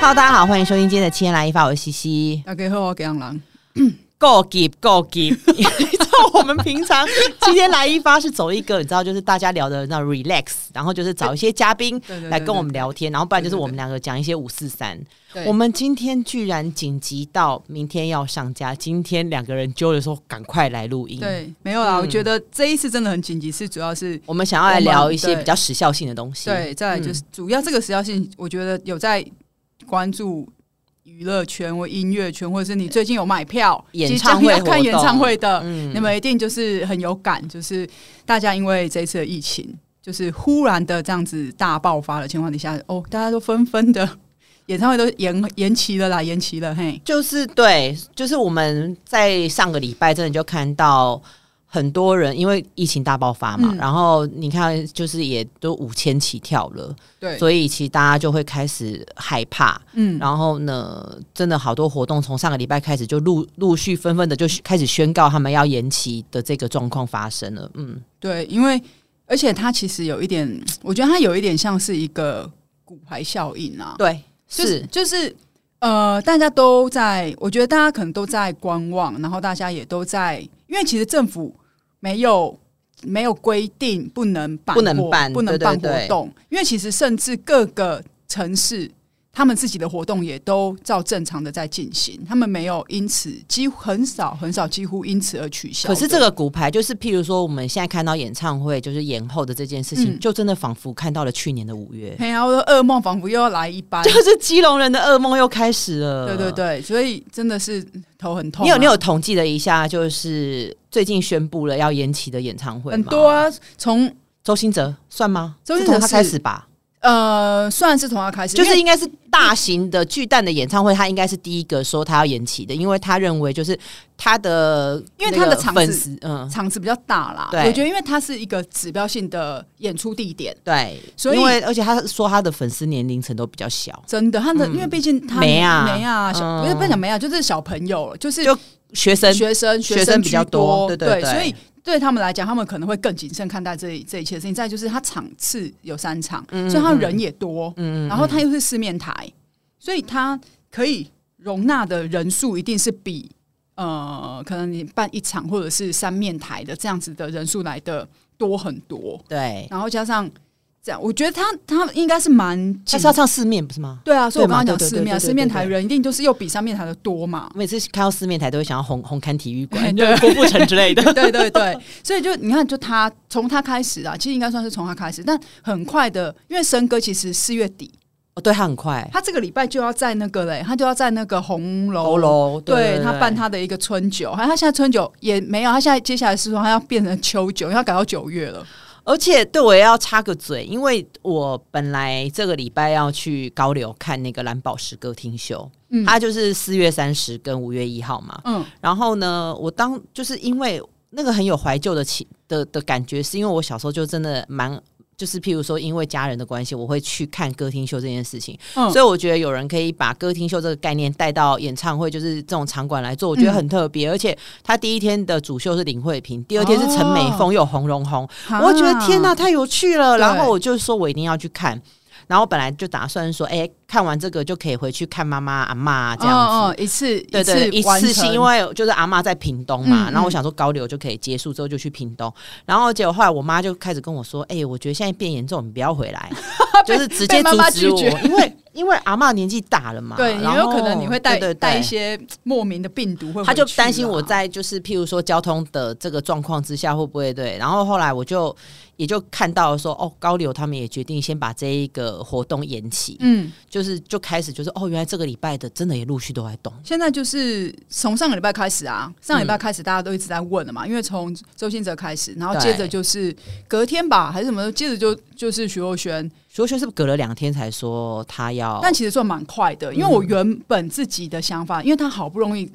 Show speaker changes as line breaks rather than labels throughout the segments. Hello，大家好，欢迎收听今天的《七天来一发》，我是西西。
大家好，我给杨
嗯
郎。
够给够给， 你知道我们平常七天来一发是走一个，你知道就是大家聊的那 relax，然后就是找一些嘉宾
对对对
来跟我们聊天，然后不然就是
对对对
我们两个讲一些五四三。
对
我们今天居然紧急到明天要上架，今天两个人揪着说赶快来录音。
对，没有啦，
嗯
我觉得这一次真的很紧急，是主要是
我们想要来聊一些
对
比较时效性的东西。
对，再来
嗯
就是、主要这个时效性，我觉得有在关注娱乐圈或音乐圈，或者是你最近有买票
演
即
唱
将
会
要
活
看演唱
动
会的，
嗯
你们一定就是很有感，就是大家因为这一次的疫情，就是忽然的这样子大爆发的情况底下，哦，大家都纷纷的 演唱会都延延期了啦，延期了，嘿，
就是对，就是我们在上个礼拜真的就看到很多人因为疫情大爆发嘛，
嗯
然后你看就是也都五千起跳了，
对，
所以其实大家就会开始害怕。
嗯，
然后呢，真的好多活动从上个礼拜开始就陆陆续纷纷的就开始宣告他们要延期的这个状况发生了。嗯，
对，因为而且它其实有一点，我觉得它有一点像是一个骨牌效应啊，
对，
就是
是，
就是呃，大家都在，我觉得大家可能都在观望，然后大家也都在，因为其实政府没有。没有规定不能办活，
不能办
不能
对对
办活
对
动，因为其实甚至各个城市他们自己的活动也都照正常的在进行，他们没有因此几乎很少很少几乎因此而取消
可
的。
是这个骨牌就是，譬如说我们现在看到演唱会就是延后的这件事情，
嗯
就真的仿佛看到了去年的五月。
嘿呀，我的噩梦仿佛又要来一般，
就是基隆人的噩梦又开始了。
对对。对，所以真的是头很痛啊、
你有你有统计了一下，就是最近宣布了要延期的演唱会吗
很多啊，从
周兴哲算吗？
周兴
是从
哲
他
是
开始吧，
呃，算是从他开始，
就是
因为
应该是大型的巨蛋的演唱会，他应该是第一个说他要延期的，因为他认为就是他的
因为
那个
他的场子
粉丝，嗯，
场子比较大啦。
对
我觉得因为它是一个指标性的演出地点，
对，
所以
因为而且他说他的粉丝年龄层都比较小，
真的，他的、
嗯
因为毕竟他
没啊
没啊，小、
嗯
不是不是讲没啊，就是小朋友，就是
就学生
学生
学生
生
比较
居
多
多，
对对对
所以。对他们来讲，他们可能会更谨慎看待这一这一切事情。再就是，他场次有三场，
嗯
所以他
嗯
人也多，
嗯
然后它又是四面台，所以它可以容纳的人数一定是比呃，可能你办一场或者是三面台的这样子的人数来的多很多。
对，
然后加上这样，我觉得他他应该是蛮
他
紧
是要唱四面不是吗？
对啊，所以我刚刚
对嘛
讲
对对
四面
对
啊
对对
四面台
对。
人一定都是又比三面台的多嘛
每次看到四面台都会想要红红磡体育馆、
对
郭富城之类的，
对对对，所以就你看，就他从他开始啊，其实应该算是从他开始，但很快的，因为森哥其实四月底，
哦，对他很快，
他这个礼拜就要在那个嘞，他就要在那个红
楼
楼
楼，
对他办他的一个春酒，还有他现在春酒也没有，他现在接下来是说他要变成秋酒，因为他改到九月了。
而且对我也要插个嘴，因为我本来这个礼拜要去高流看那个蓝宝石歌厅秀，
嗯
它就是四月三十跟五月一号嘛。
嗯，
然后呢，我当就是因为那个很有怀旧的情的的感觉，是因为我小时候就真的蛮。就是譬如说，因为家人的关系，我会去看歌厅秀这件事情，
嗯
所以我觉得有人可以把歌厅秀这个概念带到演唱会，就是这种场馆来做，我觉得很特别。而且他第一天的主秀是林慧萍，第二天是陈美凤，又有洪荣宏，我觉得天呐，
啊，
太有趣了！
对
然后我就说我一定要去看，然后本来就打算说，哎、看完这个就可以回去看妈妈、阿妈、这样子。
哦哦，一次
对对，
一
一
次完
次性，
成
因为就是阿妈在屏东嘛，
嗯嗯
然后我想说高流就可以结束之后就去屏东，然后结果后来我妈就开始跟我说，哎、我觉得现在变严重，你不要回 来，就是直接
被
阻
妈妈
止我，
拒绝
因为 因为阿妈年纪大了嘛，
对，也
然
有
后
可能你会带
对对对
带一些莫名的病毒会回去啊，
他就担心我在就是譬如说交通的这个状况之下会不会对，然后后来我就也就看到说哦，高流他们也决定先把这一个活动延期，
嗯，
就是就开始就是哦，原来这个礼拜的真的也陆续都在动，
现在就是从上个礼拜开始啊，上个
嗯
礼拜开始大家都一直在问了嘛，因为从周星哲开始，然后
对
接着就是隔天吧还是什么，接着就就是徐若瑄，
徐若瑄是不是隔了两天才说他要，
但其实算蛮快
嗯
的，因为我原本自己的想法，因为他好不容易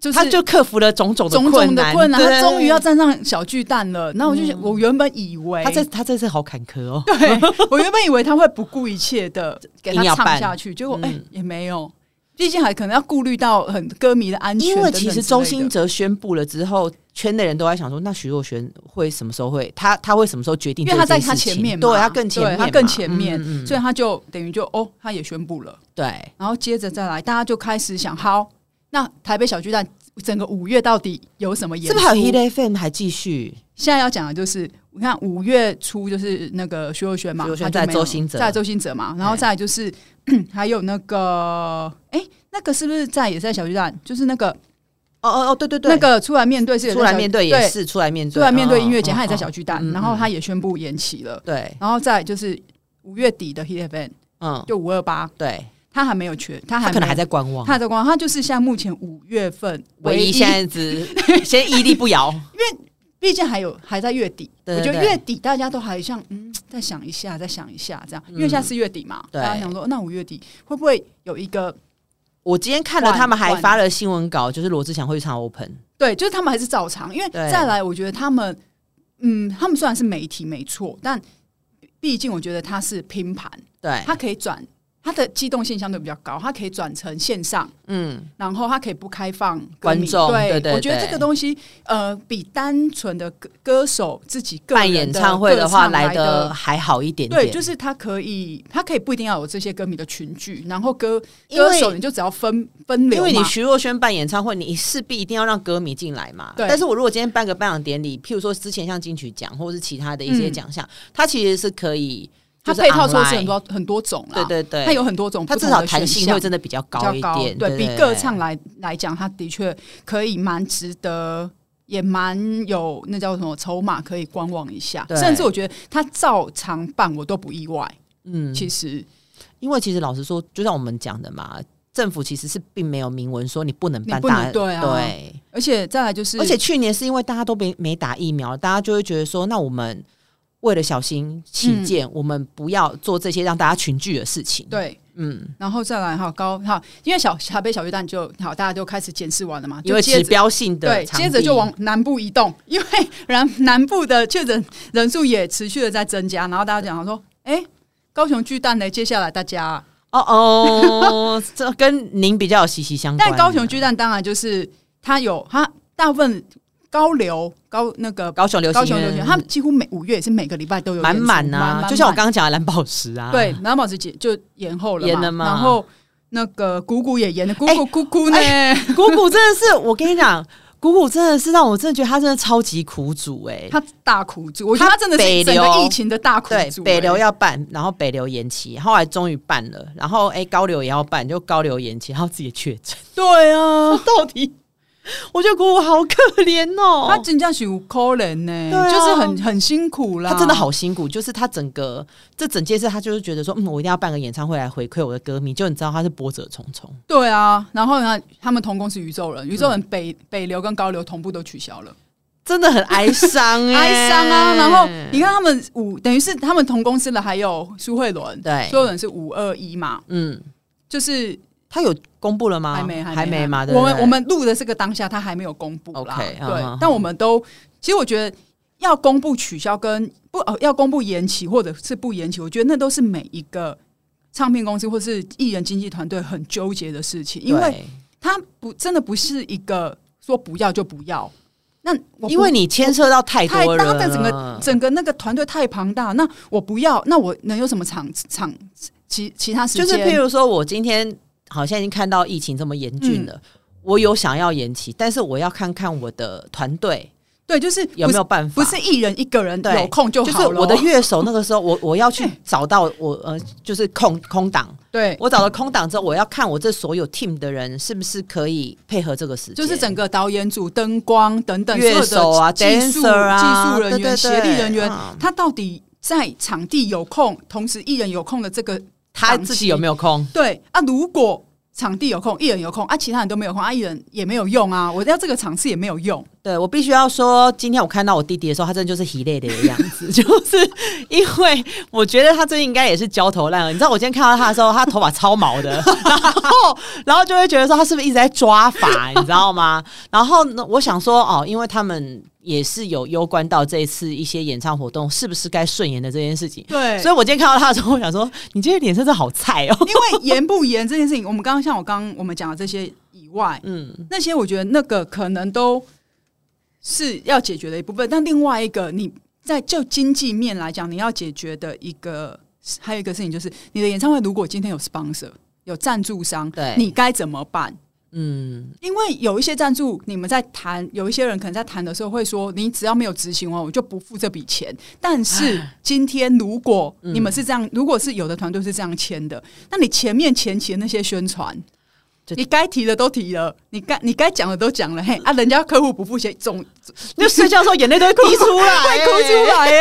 就是
他就克服了种种
种种
困
的
难，
困难，
对嗯
他终于要站上小巨蛋了。那我就觉我原本以为
他这他这次好坎坷哦，
对我原本以为他会不顾一切的给
硬
他
要办
唱下去，结果哎、
嗯
也没有。毕竟还可能要顾虑到很歌迷的安全
因
等
为
等
其实
之
周
类的
兴哲宣布了之后，圈内人都在想说，那徐若瑄会什么时候会他他会什么时候决定
因
这
为
件
他
事情？
在他前面嘛，
对他更前面
对
嘛，
他更前面，
嗯嗯嗯
所以他就等于就哦，他也宣布了，
对
然后接着再来，大家就开始想，好，那台北小巨蛋整个五月到底有什么演
是
出？
不是还有 Hit FM 还继续？
现在要讲的就是，你看五月初就是那个徐若瑄嘛，
徐若瑄
她就没有
在周兴哲
在周星哲嘛，然后再来就是 还有那个，哎、那个是不是在也是在小巨蛋？就是那个
哦哦哦，对对对，
那个出来面对是也在
出来
小
面对也是出来面对，
出来面对
嗯
音乐节，
嗯
他也在
嗯
小巨蛋，
嗯嗯
然后他也宣布延期了，
对，
然后再来就是五月底的 Hit Event
嗯，
就五二八，
对，
他还没有缺，他还
他可能还
在，
在观望，
他还在光，他就是现在目前五月份
唯一现在只先屹立不 摇，
毕竟还有还在月底，
对
我觉得
对对
月底大家都还像嗯，再想一下，再想一下这样，因为
嗯
现在四月底嘛，
对
大家想说哦那五月底会不会有一个
我今天看了他们还发了新闻稿，就是罗志祥会唱 open，
对，就是他们还是照常，因为
对
再来，我觉得他们嗯，他们虽然是媒体没错，但毕竟我觉得他是拼盘，
对，
它可以转它的机动性相对比较高，它可以转成线上，
嗯，
然后它可以不开放歌
观
迷
众
对
对对
我觉得
对
这个东西呃，比单纯的歌歌手自己个人
办演唱会
的
的
歌
话
唱来
的。还好一点点，
对，就是它可以，它可以不一定要有这些歌迷的群聚，然后歌
因为
歌手你就只要分分
因
流
为你
嘛，
徐若瑄办演唱会，你势必一定要让歌迷进来嘛。
对
但是我如果今天办个颁奖典礼，譬如说之前像金曲奖或者是其他的一些
嗯
奖项，它其实是可以，
它
就是
配套措施
online
很多很多种啦，
对对对，
它有很多种不
它至
同的选项，
少弹性会真的比较高
比
一
较
点，
对
对
比歌唱来来讲，它的确可以蛮值得，也蛮有那叫什么筹码可以观望一下。
对
甚至我觉得它照常办我都不意外。
嗯，
其实
因为其实老实说，就像我们讲的嘛，政府其实是并没有明文说你不能办
你不能
大
对啊
对
而且再来就是，
而且去年是因为大家都没没打疫苗，大家就会觉得说，那我们为了小心起见，我们不要做这些让大家群聚的事情。，
嗯对，
嗯，
然后再来哈高哈，因为小台北小巨蛋就好，大家就开始检视完了嘛，
因
就
为
接
指
着。
标性的
对，
场
接着
地
就往南部移动，因为南南部的确诊人数也持续的在增加，然后大家讲说，哎、高雄巨蛋呢？接下来大家
哦哦， 这跟您比较有息息相关。
但高雄巨蛋当然就是它有它大部分高流高那个
高雄流行
高雄流行，
乐
它几乎每五月也是每个礼拜都有
满
演出
满啊，就像我刚刚讲的蓝宝石啊，
对，蓝宝石姐就延后了嘛，
延了嘛
然后那个谷谷也延了，谷
哎
谷姑姑呢？
谷谷真的是，我跟你讲，谷谷真的是让我真的觉得他真的超级苦主哎、
他大苦主，我觉得他真的
北
是整个
流
疫情的大苦
对
主、，
北流
哎
要办，然后北流延期，后来终于办了，然后哎、高流也要办，就高流延期，然后自己确诊。
对
哦
啊，到底
我觉得谷谷好可怜哦，
他真正是有可怜呢、
对啊
就是很很辛苦啦，
他真的好辛苦，就是他整个这整件事，他就是觉得说，嗯，我一定要办个演唱会来回馈我的歌迷，就你知道他是波折重重，
对啊。然后呢，他们同公司宇宙人，宇宙人北、北流跟高流同步都取消了。
真的很哀伤、哎
哀伤啊。然后你看他们五，等于是他们同公司的还有苏慧伦，
对
苏慧伦是五二一嘛，
嗯，
就是
他有公布了吗？
还没、
啊还
没
没嘛？对
我
不对
们我们录的这个当下，他还没有公布啦。
OK，
对
嗯嗯
但我们都其实我觉得。要公布取消跟不呃要公布延期或者是不延期，我觉得那都是每一个唱片公司或是艺人经纪团队很纠结的事情，因为
对
它不真的不是一个说不要就不要。那我不
因为你牵涉到太
太
多人
大
了，
的整个
嗯
整个那个团队太庞大，那我不要，那我能有什么场场其其他时
就
间？
是譬如说，我今天好像已经看到疫情这么严峻了，
嗯
我有想要延期，但是我要看看我的团队
对，就是
有没有办法。
不是不是艺人一个人
对
有空就
就
好
是
了。
我的乐手那个时候，我 我要去
对
找到我呃，就是空空档。
对，
我找了空档之后，我要看我这所有 team 的人是不是可以配合这个时间，
就是整个导演组、灯光等等
乐手啊、
所有的技术、
dancer 啊、
技术人员、
对
协
对对
力人员，
嗯
他到底在场地有空，同时艺人有空的这个
他自己有没有空？
对啊，如果场地有空，艺人有空啊，其他人都没有空啊，艺人也没有用啊，我要这个场次也没有用。
对我必须要说，今天我看到我弟弟的时候，他真的就是疲累的样子， 就是因为我觉得他最近应该也是焦头烂额。你知道我今天看到他的时候，他头发超毛的， 然后然后就会觉得说他是不是一直在抓法，你知道吗？然后呢，我想说哦，因为他们也是有攸关到这一次一些演唱活动是不是该顺延的这件事情，
对，
所以我今天看到他的时候，我想说你今天脸色真好菜哦。
因为严不严这件事情，我们刚刚像我刚刚我们讲的这些以外，
嗯，
那些我觉得那个可能都是要解决的一部分，但另外一个你在就经济面来讲，你要解决的一个还有一个事情就是，你的演唱会如果今天有 sponsor 有赞助商，
对
你该怎么办？
嗯，
因为有一些赞助，你们在谈，有一些人可能在谈的时候会说，你只要没有执行完，我就不付这笔钱。但是今天如果你们是这样，如果是有的团队是这样签的，那你前面前期的那些宣传
就。
你该提的都提了，你该你该讲的都讲了，嘿啊，人家客户不付钱，总
那睡觉的时候眼泪都会滴出来、
会哭出来耶，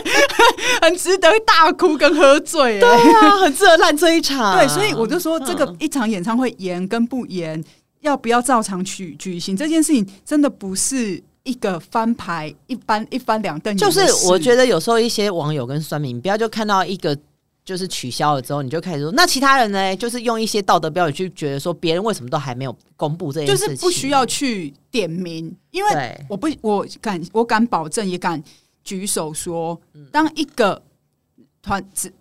很值得大哭跟喝醉耶。
对啊，很适合烂这一场。
对，所以我就说，
嗯
这个一场演唱会演跟不演，要不要照常举举行这件事情，真的不是一个翻牌一翻一翻两瞪眼的
就是
事。
我觉得有时候一些网友跟酸民，不要就看到一个。就是取消了之后，你就开始说，那其他人呢？就是用一些道德标准去觉得说，别人为什么都还没有公布这件
就
事情，
是不需要去点名，因为
对，
我不我敢我敢保证，也敢举手说，
嗯
当一个团只。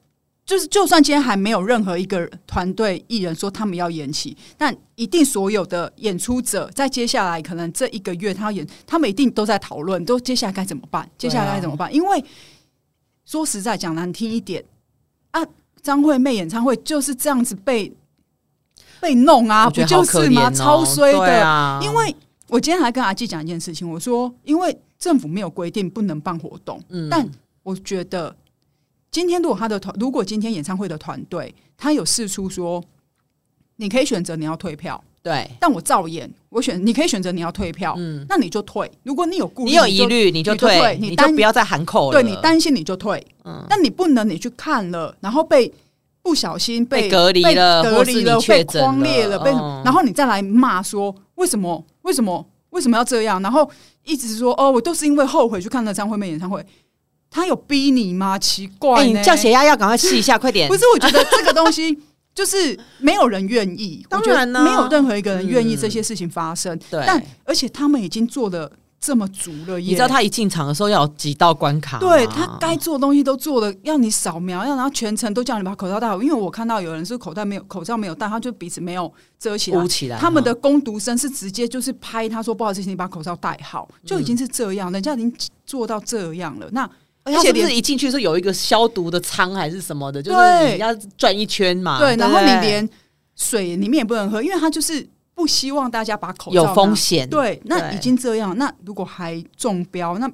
就是，就算今天还没有任何一个团队艺人说他们要延期，但一定所有的演出者在接下来可能这一个月他要演，他们一定都在讨论，都接下来该怎么办，
啊
接下来该怎么办？因为说实在讲难听一点啊，张惠妹演唱会就是这样子被被弄啊，
我觉
不
得
就
好可
是
怜
吗？
哦
超衰
对
的，
啊，
因为我今天还跟阿纪讲一件事情，我说，因为政府没有规定不能办活动，
嗯
但我觉得今天如果他的团，如果今天演唱会的团队他有试出说，你可以选择你要退票，
对，啊
但我照演，我选你可以选择你要退票，
嗯，
那你就退。如果你有顾虑，
你有疑，虑你就
你就退
退，
你
你就
担
不要再喊口了，哎
对你担心你就退，
嗯
但你不能你去看了，然后被。不小心被
被隔离了
被隔
或是
离
你
了，
确
被
诊了
框裂了，被
嗯
然后你再来骂说为什么为什么为什么要这样，然后一直说哦，我都是因为后悔去看了张惠妹演唱会，他有逼你吗？奇怪
哎，
呢，
你降血压要赶快吃一 下，快点
不。是，我觉得这个东西就是没有人愿意，
当
我觉得
然啊
没有任何一个人愿意
嗯
这些事情发生。
对
但而且他们已经做的这么足了耶，
你知道他一进场的时候要有几道关卡吗，
对他该做的东西都做了，要你扫描，要然后全程都叫你把口罩戴好。因为我看到有人是口袋没有口罩没有戴，他就鼻子没有遮起来
捂。起来，
他们的
嗯
攻读生是直接就是拍他说不好意思，请你把口罩戴好，就已经是这样，人家已经做到这样了。那
而
而且
且不
连
是一进去是有一个消毒的仓还是什么的，就是
对
你要转一圈嘛。
对，然后
不
你
对
连水里面也不能喝，因为他就是不希望大家把口罩
有风
拿
险，
对，那
对
已经这样，那如果还中标，那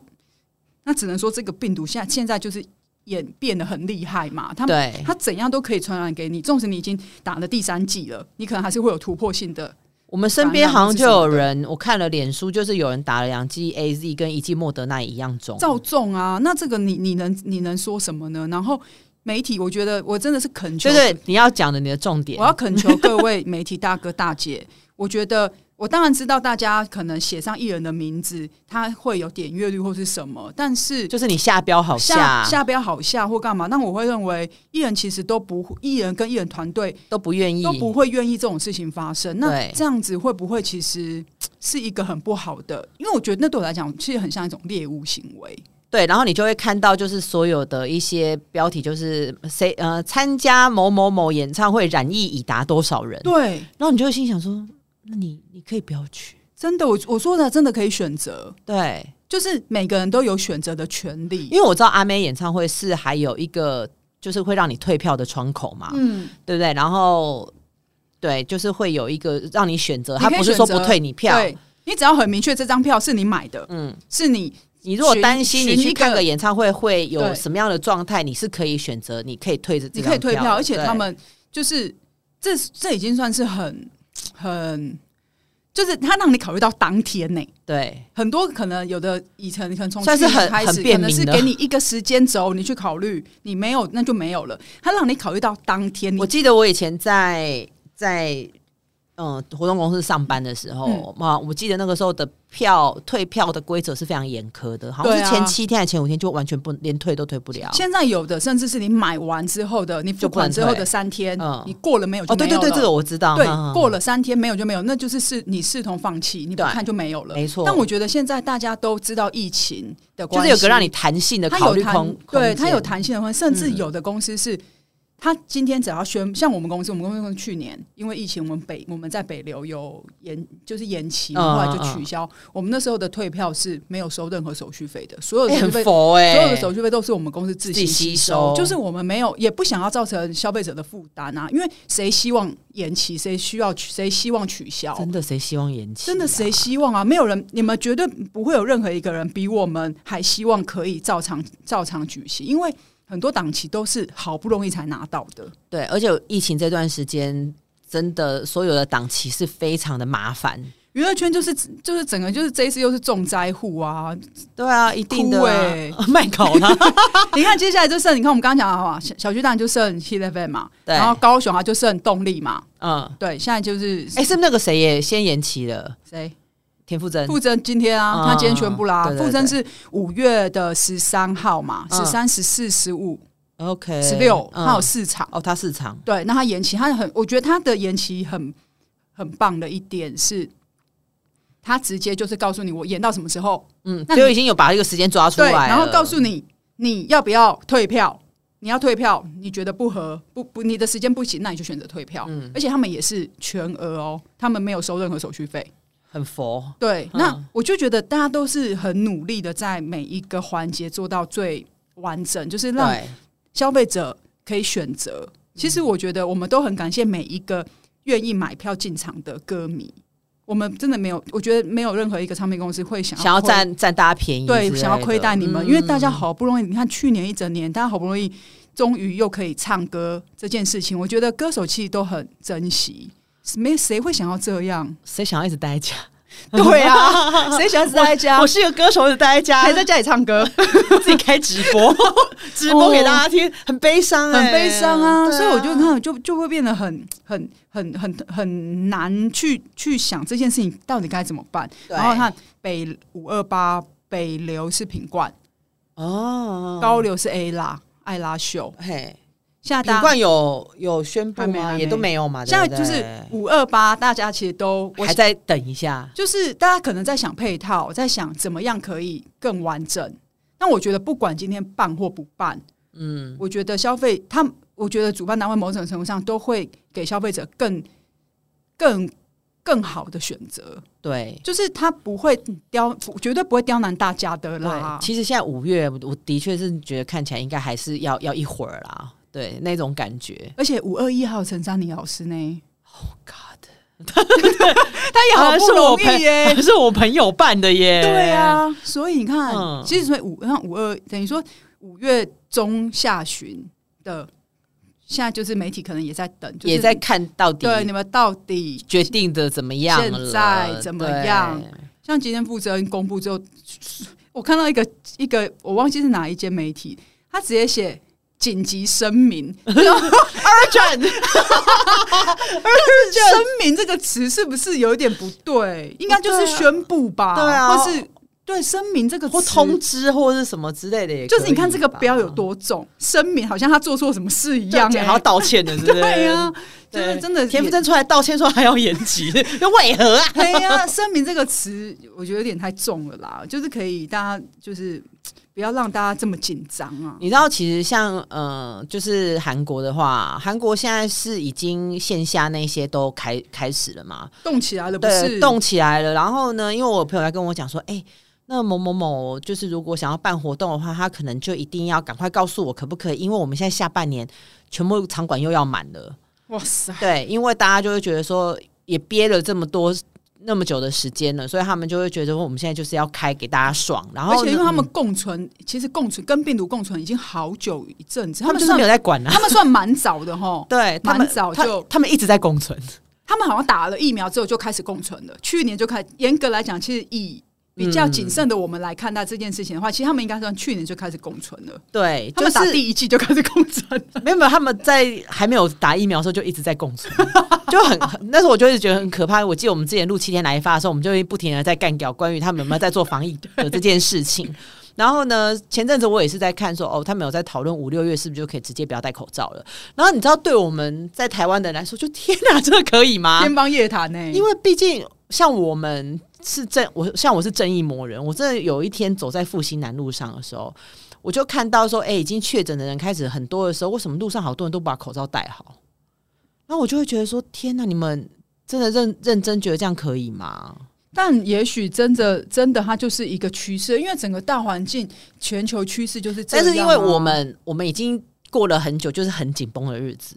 那只能说这个病毒现在现在就是演变得很厉害嘛，他们
对，
它怎样都可以传染给你，纵使你已经打了第三剂了，你可能还是会有突破性的。
我们身边好像就有人，我看了脸书，就是有人打了两剂 A Z 跟一剂莫德纳一样重，
照中啊，那这个你你能你能说什么呢？然后媒体，我觉得我真的是恳求，
就是你要讲的你的重点
我。要恳求各位媒体大哥大姐， 我觉得我当然知道大家可能写上艺人的名字，他会有点阅率或是什么，但是
就是你下标好啊
下
下
下标好下或干嘛，那我会认为艺人其实都不艺人跟艺人团队
都不愿意，
都不会愿意这种事情发生。那
对
这样子会不会其实嘖是一个很不好的？因为我觉得那对我来讲，其实很像一种猎物行为。
对，然后你就会看到就是所有的一些标题，就是谁呃参加某某某演唱会染疫已达多少人，
对，
然后你就会心想说，那你你可以不要去，
真的，我我说的真的可以选择，
对，
就是每个人都有选择的权利。
因为我知道阿妹演唱会是还有一个就是会让你退票的窗口嘛，
嗯，
对不对？然后对，就是会有一个让你选择，
你可以
他不是说不
选择
退你票。
对你只要很明确这张票是你买的，
嗯，
是你
你如果
选
担心你
选一
去看
个
个演唱会会有
对
什么样的状态，你是可以选择，你可以退着，
你可以退票，而且
对
他们就是这这已经算是很很，就是他让你考虑到当天呢、
对
很多可能有的以前可能从
算是
去年
很
开始，
很便
可
民
能是
的
给你一个时间轴，你去考虑，你没有那就没有了。他让你考虑到当天，你
我记得我以前在在嗯活动公司上班的时
嗯
候，嘛、我记得那个时候的票退票的规则是非常严苛的，好像
对
是
啊
前七天还是前五天就完全不连退都退不了。
现在有的甚至是你买完之后的，你付
就不能
款之后
退
的三天，
嗯
你过了没有就
哦，
没
对
有
对
了。
对，这个我知道。嗯
对
哈哈，
过了三天没有就没有，那就是视你视同放弃，你不
对
看就没有了。
没错
但我觉得现在大家都知道疫情的
就
关
是
系，
有个让你弹性的
它
考
有
虑
弹，
空，
对
空间嗯
它有弹性的话，甚至有的公司是。他今天只要宣，像我们公司，我们公司去年因为疫情，我们北我们在北流有延，就是延期嘛，
嗯
后来就取消。我们那时候的退票是没有收任何手续费的，所有的
哎
手续
很
费
佛哎、
所有的手续费都是我们公司自
自己
行
吸
吸
收
收，就是我们没有，也不想要造成消费者的负担啊，因为谁希望延期，谁需要取，谁希望取消。
真的谁希望延期、
真的谁？希望啊？没有人，你们绝对不会有任何一个人比我们还希望可以照常照常举行，因为很多档期都是好不容易才拿到的。
对，而且疫情这段时间，真的所有的档期是非常的麻烦。
娱乐圈就是就是整个就是这一次又是重灾户啊！
对啊，一定的、
哭
啊
欸，
卖狗了。
你看接下来就剩你看我们刚刚讲的好不好小小巨蛋就剩 T F M 嘛，
对
然后高雄啊就剩动力嘛，
嗯，
对，现在就是
哎、是不是那个谁也先延期了？
谁？
田馥甄。
傅征今天啊，
嗯
他今天宣布啦、
对对对
傅征是五月的十三号嘛，
嗯
十三、十四、十五、
OK，
十六，
嗯
他有四场。
哦，他市场
对，那他延期，他很，我觉得他的延期很很棒的一点是，他直接就是告诉你我演到什么时候，
嗯，
那
就
你
已经有把这个时间抓出
对，
来了，
然后告诉你你要不要退票，你要退票，你觉得不合不不，你的时间不行，那你就选择退票。
嗯
而且他们也是全额哦，他们没有收任何手续费。
很佛，
对，
嗯
那我就觉得大家都是很努力的，在每一个环节做到最完整，就是让
对，
消费者可以选择。其实我觉得我们都很感谢每一个愿意买票进场的歌迷，我们真的没有，我觉得没有任何一个唱片公司会想要
想要
亏
占占大家便宜之类
对
的，
想要亏待你们，
嗯，
因为大家好不容易，你看去年一整年，大家好不容易终于又可以唱歌这件事情，我觉得歌手其实都很珍惜，没谁会想要这样
谁想要一直待在家？
对啊，谁喜欢在家
我？是一个歌手，我一直待在家，
还在家里唱歌，
自己开直播， 直播给大家听，很悲伤、欸，
很悲伤啊，
对
所以我就那就就会变得很很很很很难去去想这件事情到底该怎么办。
对
然后看北五二八北流是品冠，
哦，
高流是 A 拉艾拉秀，
嘿，
现在
品
大家
冠有有宣布
还没
吗？
还没
也都没有嘛，
现在
对
就
不对
是五二八，大家其实都我
还在等一下，
就是大家可能在想配套，在想怎么样可以更完整。那我觉得不管今天办或不办，
嗯，
我觉得消费他们，我觉得主办单位某种程度上都会给消费者更更更好的选择，
对。
就是他不会刁，绝对不会刁难大家的
对
啦，。
其实现在五月，我我的确是觉得看起来应该还是要要一会儿啦，对那种感觉。
而且五二一还有陈珊妮老师呢，
Oh God，啊
他也好
是
不
我
容易
朋
耶、
是我朋友办的耶。
对，啊，所以你看，
嗯
其实所以五像五二等于说五月中下旬的，现在就是媒体可能也在等，就是、
也在看到底
对你们到底
决定的怎么样了
现在怎么样？像今天负责人公布之后，我看到一个一个我忘记是哪一间媒体，他直接写紧急声 明，
Urgent，
声明这个词是不是有一点不对？应该就是宣布吧，
对啊
或是对声明这个
或
词
通知或是什么之类的也可以吧，
就是你看这个标有多重，声明好像他做错什么事一
一
样、
样，还要
欸。
道歉的，是不是？
对呀、就是
对
真 的
田馥甄出来道歉说还要延 期，那为何啊？
对呀、声明这个词我觉得有点太重了啦，就是可以大家就是不要让大家这么紧张啊。
你知道，其实像呃，就是韩国的话，韩国现在是已经线下那些都开开始了嘛，
动起来了不
对，
是？
动起来了。然后呢，因为我朋友来跟我讲说，哎、那某某某，就是如果想要办活动的话，他可能就一定要赶快告诉我可不可以，因为我们现在下半年全部场馆又要满了。
哇塞！
对，因为大家就会觉得说，也憋了这么多那么久的时间了，所以他们就会觉得我们现在就是要开给大家爽。然后
而
呢，
且因为他们
嗯
共存，其实共存跟病毒共存已经好久一阵子，
他
他
们就
们
是
算
没有在管啊，
他们算蛮早的哈。
对他们
蛮早
他
就
他们一直在共 存，
他们好像打了疫苗之后就开始共存了，去年就开，严格来讲，其实以比
嗯
较谨慎的我们来看待这件事情的话，其实他们应该算去年就开始共存了，
对，
他
就
们打
是
第一季就开始共存了。
没有没有，他们在还没有打疫苗的时候就一直在共存，就很 很那时候我就一直觉得很可怕。我记得我们之前录七天来发的时候，我们就会不停的在干掉关于他们有没有在做防 疫的这件事情。然后呢，前阵子我也是在看说，哦，他们有在讨论五六月是不是就可以直接不要戴口罩了。然后你知道，对我们在台湾的人来说，就天哪，这个可以吗？
天方夜谭呢、
因为毕竟像我们是正，我像我是正义魔人，我真的有一天走在复兴南路上的时候，我就看到说，哎、已经确诊的人开始很多的时候，为什么路上好多人都不把口罩戴好？然后我就会觉得说，天哪，你们真的认认真觉得这样可以吗？
但也许真的真的，它就是一个趋势，因为整个大环境、全球趋势就是这
但
样、啊。
是因为我们我们已经过了很久，就是很紧绷的日子，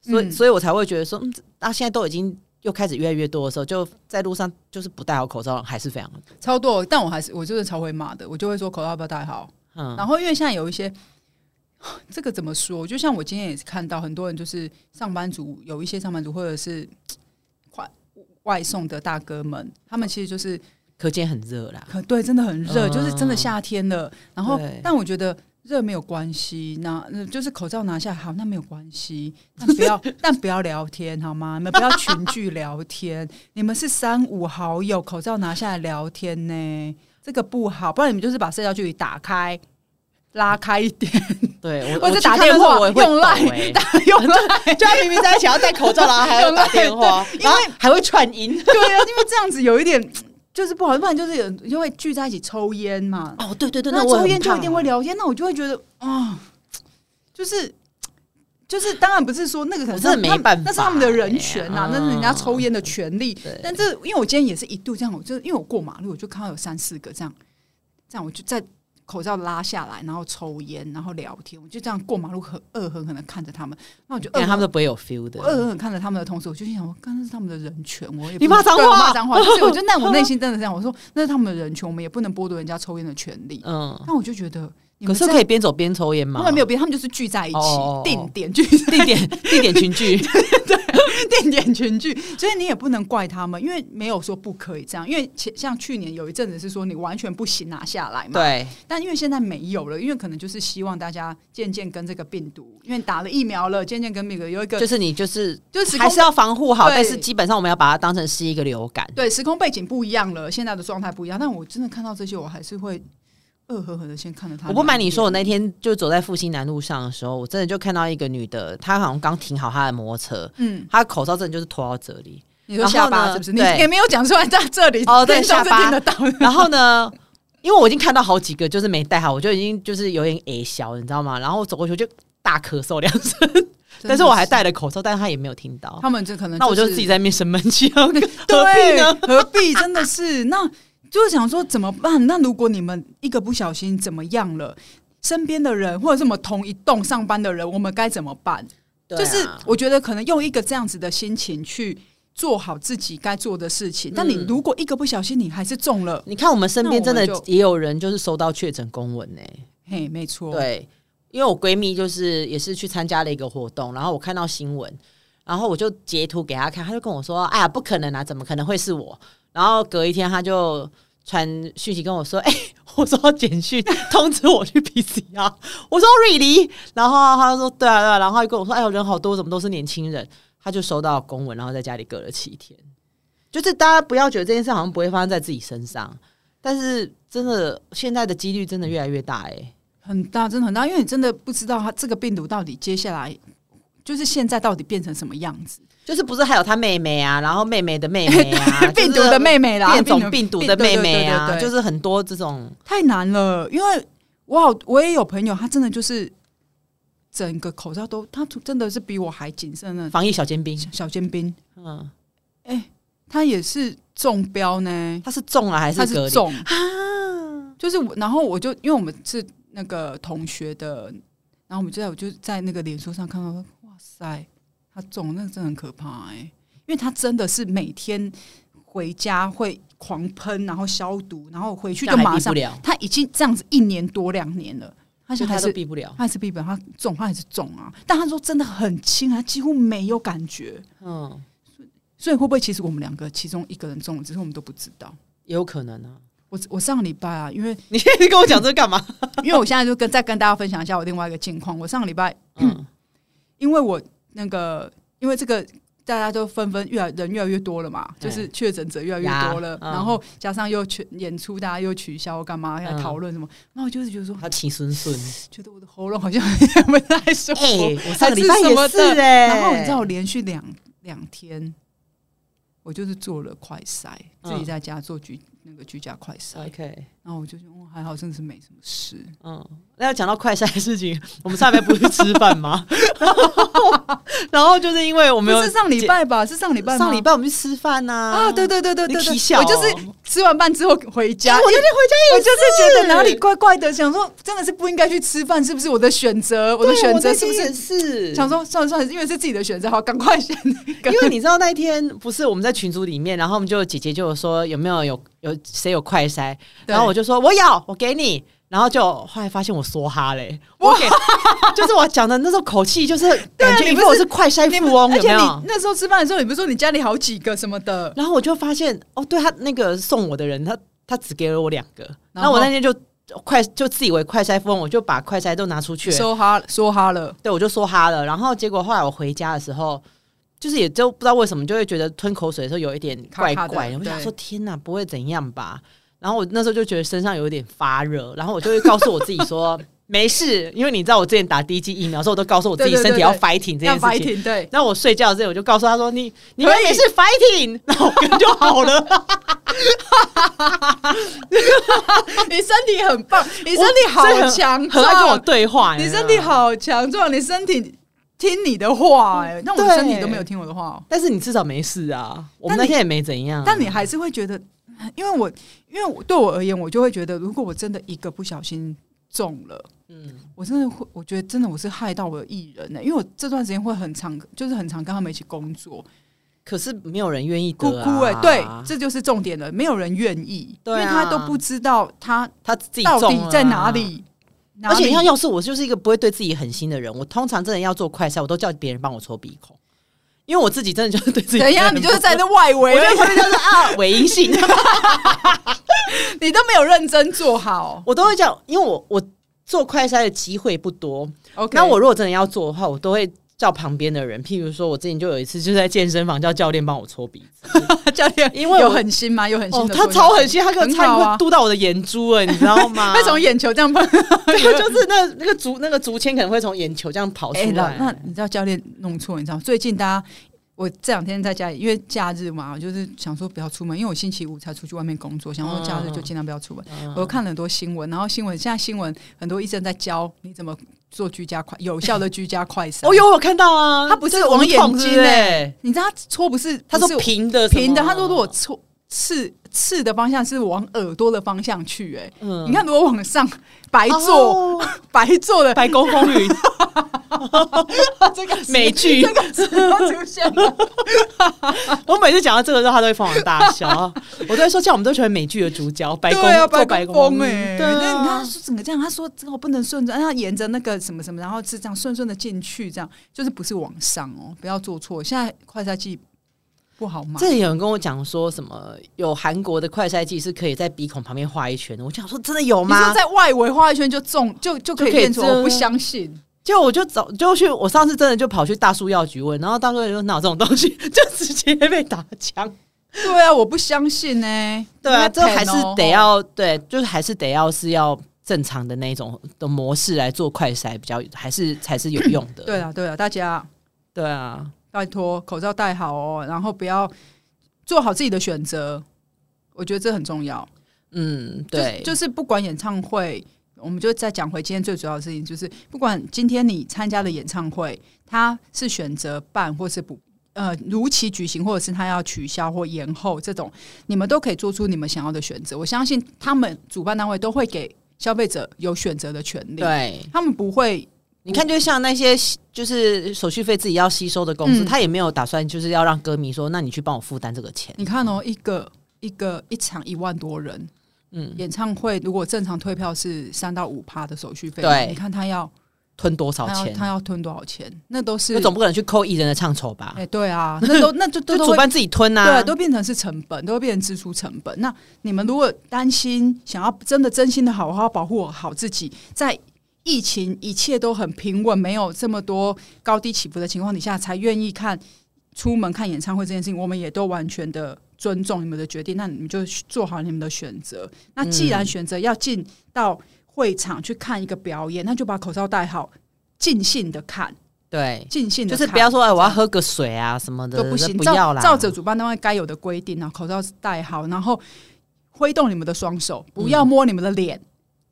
所以、
嗯
所以我才会觉得说，嗯，那、现在都已经又开始越来越多的时候，就在路上就是不戴好口罩还是非常
超多，但我还是我就是超会骂的，我就会说口罩要不要戴好。
嗯
然后因为现在有一些 这个怎么说，就像我今天也是看到很多人就是上班族，有一些上班族或者是外外送的大哥们，他们其实就是
可见很热啦。
可对，真的很热，
嗯
就是真的夏天了。然后
对，
但我觉得热没有关系，那那就是口罩拿下好，那没有关系。但 不要，但不要聊天好吗？你们不要群聚聊天，你们是三五好友，口罩拿下来聊天呢，这个不好。不然你们就是把社交距离打开。拉开一点，
对我，
或
我
者
去
打
看的
电
时候
话
我也会
用赖
抖 欸
用来
就他明明在一起要戴口罩，然后还要打电 话，然后还会串 音。
对啊，因为这样子有一点就是不好，不然就是有因为聚在一起抽烟嘛，
哦，对对对，
那
我很
抽烟就
怕
一定会聊天，那我就会觉得啊、就是就是，当然不是说那个可能
我
是
真的
他们
没办法
那是他们的人权
哎
呐、
呀
那是人家抽烟的权利
对。
但这因为我今天也是一度这样，我就因为我过马路，我就看到有三四个这样，这样我就在口罩拉下来，然后抽烟，然后聊天，我就这样过马路很恶狠狠的看着他们，那我就恶
但他们都
狠。
不会有 feel
我恶
的。
狠狠看着他们的同时，我就心想：我刚刚是他们的人权，我也不
你骂脏话
对我骂脏话，就是我就那我 内心真的这样，我说那是他们的人权，我们也不能剥夺人家抽烟的权利。
嗯，
但我就觉得，你
可
们
是
这
可以边走边抽烟吗
他？们没有别，他们就是聚在一起，
哦哦哦
定点聚 在，
地点地点群聚，
定点群聚，所以你也不能怪他们，因为没有说不可以这样。因为前像去年有一阵子是说你完全不行拿下来嘛，
对，
但因为现在没有了，因为可能就是希望大家渐渐跟这个病毒，因为打了疫苗了，渐渐跟那个有一个
就是你就是
就是时空
还是要防护好，
对
但是基本上我们要把它当成是一个流感。
对时空背景不一样了，现在的状态不一样。但我真的看到这些，我还是会恶呵呵的先看着他
我
们。
不瞒你说，我那天就走在复兴南路上的时候，我真的就看到一个女的，她好像刚停好她的摩托车，
嗯，
她的口罩真的就是脱到这里，
你说下巴是不是？你
然后呢对
也没有讲出来，在这里
哦对
听众
下
是
巴
听得到的。
然后呢，因为我已经看到好几个就是没戴好，我就已经就是有点矮小，你知道吗？然后我走过去我就大咳嗽两声，但是我还戴了口罩，但是他也没有听到。
他们这可能、
那我
就
就是自己 在面生闷气，何必
对
呢？？
何必真的是？那就是想说怎么办？那如果你们一个不小心怎么样了？身边的人，或者是我们同一栋上班的人，我们该怎么办？
对啊
就是我觉得可能用一个这样子的心情去做好自己该做的事
嗯
情。但你如果一个不小心，你还是中了，
你看我们身边真的
那我们
也有人就是收到确诊公文呢、
嘿，没错，
对，因为我闺蜜就是也是去参加了一个活动，然后我看到新闻，然后我就截图给她看，她就跟我说：“哎呀，不可能啊，怎么可能会是我？”然后隔一天她就传讯息跟我说：“哎、我收到简讯通知我去 PCR。”我说：“Really？” 哦然后她就说：“对啊，对啊。”然后她就跟我说：“哎呦，人好多，怎么都是年轻人？”她就收到公文，然后在家里隔了七天。就是大家不要觉得这件事好像不会发生在自己身上，但是真的现在的几率真的越来越大哎、
很大，真的很大，因为你真的不知道它这个病毒到底接下来就是现在到底变成什么样子。
就是不是还有他妹妹啊，然后妹妹的妹妹 啊，
病毒的妹妹啦，
变种病毒的妹妹啊，
对对对对对
就是很多这种
太难了，因为我好我也有朋友，他真的就是整个口罩都，他真的是比我还谨慎的
防疫小尖兵。
小尖兵，
嗯，
他也是中标呢，
他是中了还
他
是隔
是
离？啊
中就是我，然后我就因为我们是那个同学的，然后我们就在我就在那个脸书上看到说，哇塞，他中那个真的很可怕哎、因为他真的是每天回家会狂喷，然后消毒，然后回去就
这样还
马
避
上
不，了，
他已经这样子一年多两年了，他
就
现在
他
还
都
是
避不了。
他还是比本他重，他还是重啊。但他说真的很轻啊，他几乎没有感觉。
嗯，
所以会不会其实我们两个其中一个人中了，只是我们都不知道？
也有可能啊。
我我上礼拜啊，因为
你现在跟我讲这干嘛？
因为我现在就跟再跟大家分享一下我另外一个近况。我上礼拜
嗯，
因为我那个，因为这个大家都纷纷越来人越来越多了嘛，
对
就是确诊者越来越多了
嗯呀，嗯
然后加上又取演出，大家又取消干嘛，
嗯
要讨论什么，那我就是觉得说，
他请孙 孙，
觉得我的喉咙好像 也不太舒
哎、
服，
我上个礼拜也
还
是
什么的
哎、
然后你知道我连续两两天，我就是做了快筛，
嗯
自己在家做居那个居家快筛，
，OK，
然后我就觉得哦还好，真的是没什么事。
嗯，那要讲到快筛的事情， 我们上礼拜不是吃饭 吗？ 然后，然后就是因为我们有
不是上礼拜吧？是上礼拜吗？
上礼拜我们去吃饭呐、
啊，对对对对
你
对对，
起笑哦
我就是吃完饭之后回家，
哎我那天
回家我就是觉
是哎
得哪里怪怪的，想说真的是不应该去吃饭，是不是我的选择？我
对，
的选择
那
是不
天也
是？
是
想说算了算了，因为是自己的选择，好，赶快选。赶
因为
快
你知道那一天不是我们在群组里面，然后我们就姐姐就有说有没有有有谁有快筛，
对
然后我就说我有，我给你。然后就后来发现我梭哈嘞，我给就是我讲的那时候口气就是
对啊
感觉
你
因
不
为我
是
是快筛
你
富翁
而
有没
且你
有？
那时候吃饭的时候，你不是说你家里好几个什么的？
然后我就发现哦，对他那个送我的人，他他只给了我两个，
然
然
后
后我那天就快就自以为快筛富翁，我就把快筛都拿出去了，
说哈说哈了，
对，我就说哈了。然后结果后来我回家的时候，就是也就不知道为什么，就会觉得吞口水的时候有一点
卡
怪
卡的
怪的。我
对
想说，天哪，不会怎样吧？然后我那时候就觉得身上有一点发热，然后我就会告诉我自己 说没事，因为你知道我之前打第一剂疫苗的时候，我都告诉我自己
对对对
身体要
对
fighting 这件
要白
事情。
停对。
那我睡觉之前我就告诉他说：“你你
可
们
以
没事 fighting，然后我跟就好了。
你身体很棒， 你身
我
体好
所以很
强
很爱跟我啊
壮，
对话，
你
有没
身
有
体。好强壮，你身体听你的话，哎，那我的
对
身体都没有听我的话哦。
但是你至少没事啊，我们
但
那
你
天也没怎样啊。
但你还是会觉得，因为我因为我对我而言，我就会觉得，如果我真的一个不小心中了，
嗯，
我真的会，我觉得真的我是害到我的艺人呢、因为我这段时间会很常，就是很常跟他们一起工作，
可是没有人愿意
哭
得
哭哎、
啊
对，这就是重点了，没有人愿意，
对啊
因为他都不知道他
他自己
到
中
底
了
在哪。里，哪
啊而
里
且你看，要是我就是一个不会对自己狠心的人，我通常真的要做快筛，我都叫别人帮我戳鼻孔，因为我自己真的就是对自己。
等一下，你就是在那外围
我，就觉得就是啊，伪阴性，
你都没有认真做好。
我都会讲，因为我我做快筛的机会不多。
OK，
那我如果真的要做的话，我都会叫旁边的人，譬如说，我之前就有一次就在健身房叫教练帮我戳鼻子，
教练
因为我
有狠心吗？有狠心
哦，
的做
他
一下，
超狠心，他啊给我
很
差点
好啊
快嘟到我的眼珠了，你知道 吗？
他从眼球这样碰，
对 就是那那个竹那个竹签可能会从眼球这样跑出
哎、
来。
老那你知道教练弄错，你知道最近大家。我这两天在家里，因为假日嘛，我就是想说不要出门，因为我星期五才出去外面工作，想说假日就尽量不要出门。
嗯
我又看了很多新闻，然后新闻现在新闻很多医生在教你怎么做居家快有效的居家快筛。
哦，有我有看到啊，
他不是
这个无
往眼
痛
睛
对不对
你知道他戳不是？
欸他
不
说
是
平的
平的，
什么啊
他说如果戳刺刺的方向是往耳朵的方向去、哎、
嗯
你看如果往上白做、
哦
白 做的，
白宫风云
这个词
美剧
这个词都出现了。
我每次讲到这个时候，他都会放我大笑。我都会说，像我们都喜欢美剧的主角白宫
对啊，
做
白
白
宫哎、
哎，
对、
对
那你看他
啊，
说整个这样，他说这个不能顺着，然后沿着那个什么什么，然后是这样顺顺的进去，这样就是不是往上哦，不要做错。现在快赛季不好买，
这里有人跟我讲说什么有韩国的快筛剂是可以在鼻孔旁边画一圈的，我就想说真的有
你说
吗？
在外围画一圈就中，就就可
就可
以
以
变出，
这
我不相信。
就我就找就去，我上次真的就跑去大树药局问，然后大叔也说哪有这种东西， 就直接被打枪。
对啊，我不相信呢、
对啊，
因为
这还是
Pen 哦
得要对，就是还是得要是要正常的那种的模式来做快筛，比较还是才是 有用的。
对啊，对啊，大家
对啊，
拜托口罩戴好哦，然后不要做好自己的选择，我觉得这很重要。
嗯，
就是
对，
就是不管演唱会，我们就再讲回今天最主要的事情，就是不管今天你参加的演唱会，它是选择办或是不。呃，如期举行，或者是他要取消或延后，这种你们都可以做出你们想要的选择。我相信他们主办单位都会给消费者有选择的权利，
对。
他们不会
你看，就像那些就是手续费自己要吸收的公司，
嗯
他也没有打算就是要让歌迷说，那你去帮我负担这个钱。
你看哦，一个一个一场一万多人，
嗯
演唱会如果正常退票是三到五趴的手续费，
对
你看他要
吞多少
他要
钱？
哎他要吞多少钱？那都是
那总不可能去扣艺人的唱酬吧
哎、？对啊，那都那 就
就
都
主
会
办自己吞啊
对，。都变成是成本，都会变成支出成本。那你们如果担心，想要真的真心的好好保护好自己，在疫情一切都很平稳，没有这么多高低起伏的情况底下，才愿意看出门看演唱会这件事情，我们也都完全的尊重你们的决定。那你们就做好你们的选择。那
嗯
既然选择要进到会场去看一个表演，那就把口罩戴好，尽兴的看，
对，
尽兴的
就是不要说哎，我要喝个水啊什么的，
都不行，
不
照
要啦。
照着主办单位该有的规定啊，口罩戴好，然后挥动你们的双手，不要摸你们的脸。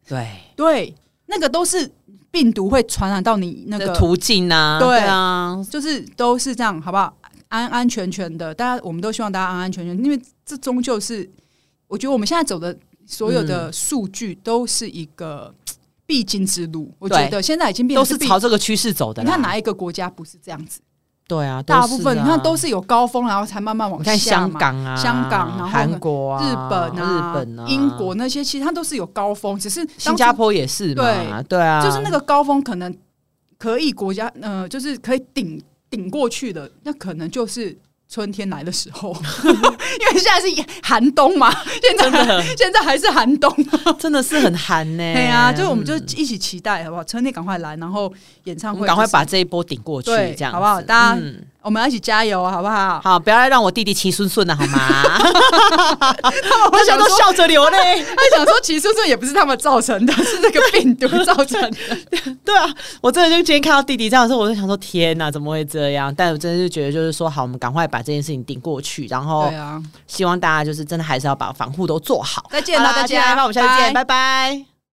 对
对，那个都是病毒会传染到你那
那
个，
途径啊，
对
对啊，
就是都是这样，好不好？安安全全的，大家我们都希望大家安安全全，因为这终究是我觉得我们现在走的所有
嗯
的数据都是一个嘖必经之路。我觉
对
得现在已经变
都
成
是
必
朝这个趋势走的
你
啦。
看哪一个国家不是这样子？
对啊，
大部分
啊
你看都是有高峰，然后才慢慢往
你
下
看香
嘛
港啊、
香港然后
韩国啊、
日本啊、
日本啊、
英国、那些，其实它都是有高峰，只是当初
新加坡也是嘛，对啊，
就是那个高峰可能可以国家呃，就是可以顶顶过去的，那可能就是。春天来的时 候，因为现在是寒冬嘛，现在
真的哎
现在还是寒 冬，
哦真的是很寒呢、
对啊，就我们就一起期待好不好？春天赶快来，然后演
我
唱
们嗯
会
赶快
就是
把这一波顶过去，
对
这样子
好不好大家
嗯
我们要一起加油，好不 好？
好，不要再让我弟弟骑顺顺了，好吗？
我
大家
想
都
说，
笑着流泪。
他想说，其实这也不是他们造成的，是这个病毒造成 的。
对啊，我真的就今天看到弟弟这样的时候，我就想说天哪，怎么会这样？但我真的是觉得，就是说好，我们赶快把这件事情顶过去，然后
对啊，
希望大家就是真的还是要把防护都做好。
再见
好
啦，
啦
大
今天来
家，
吧我们下次见，拜
拜
拜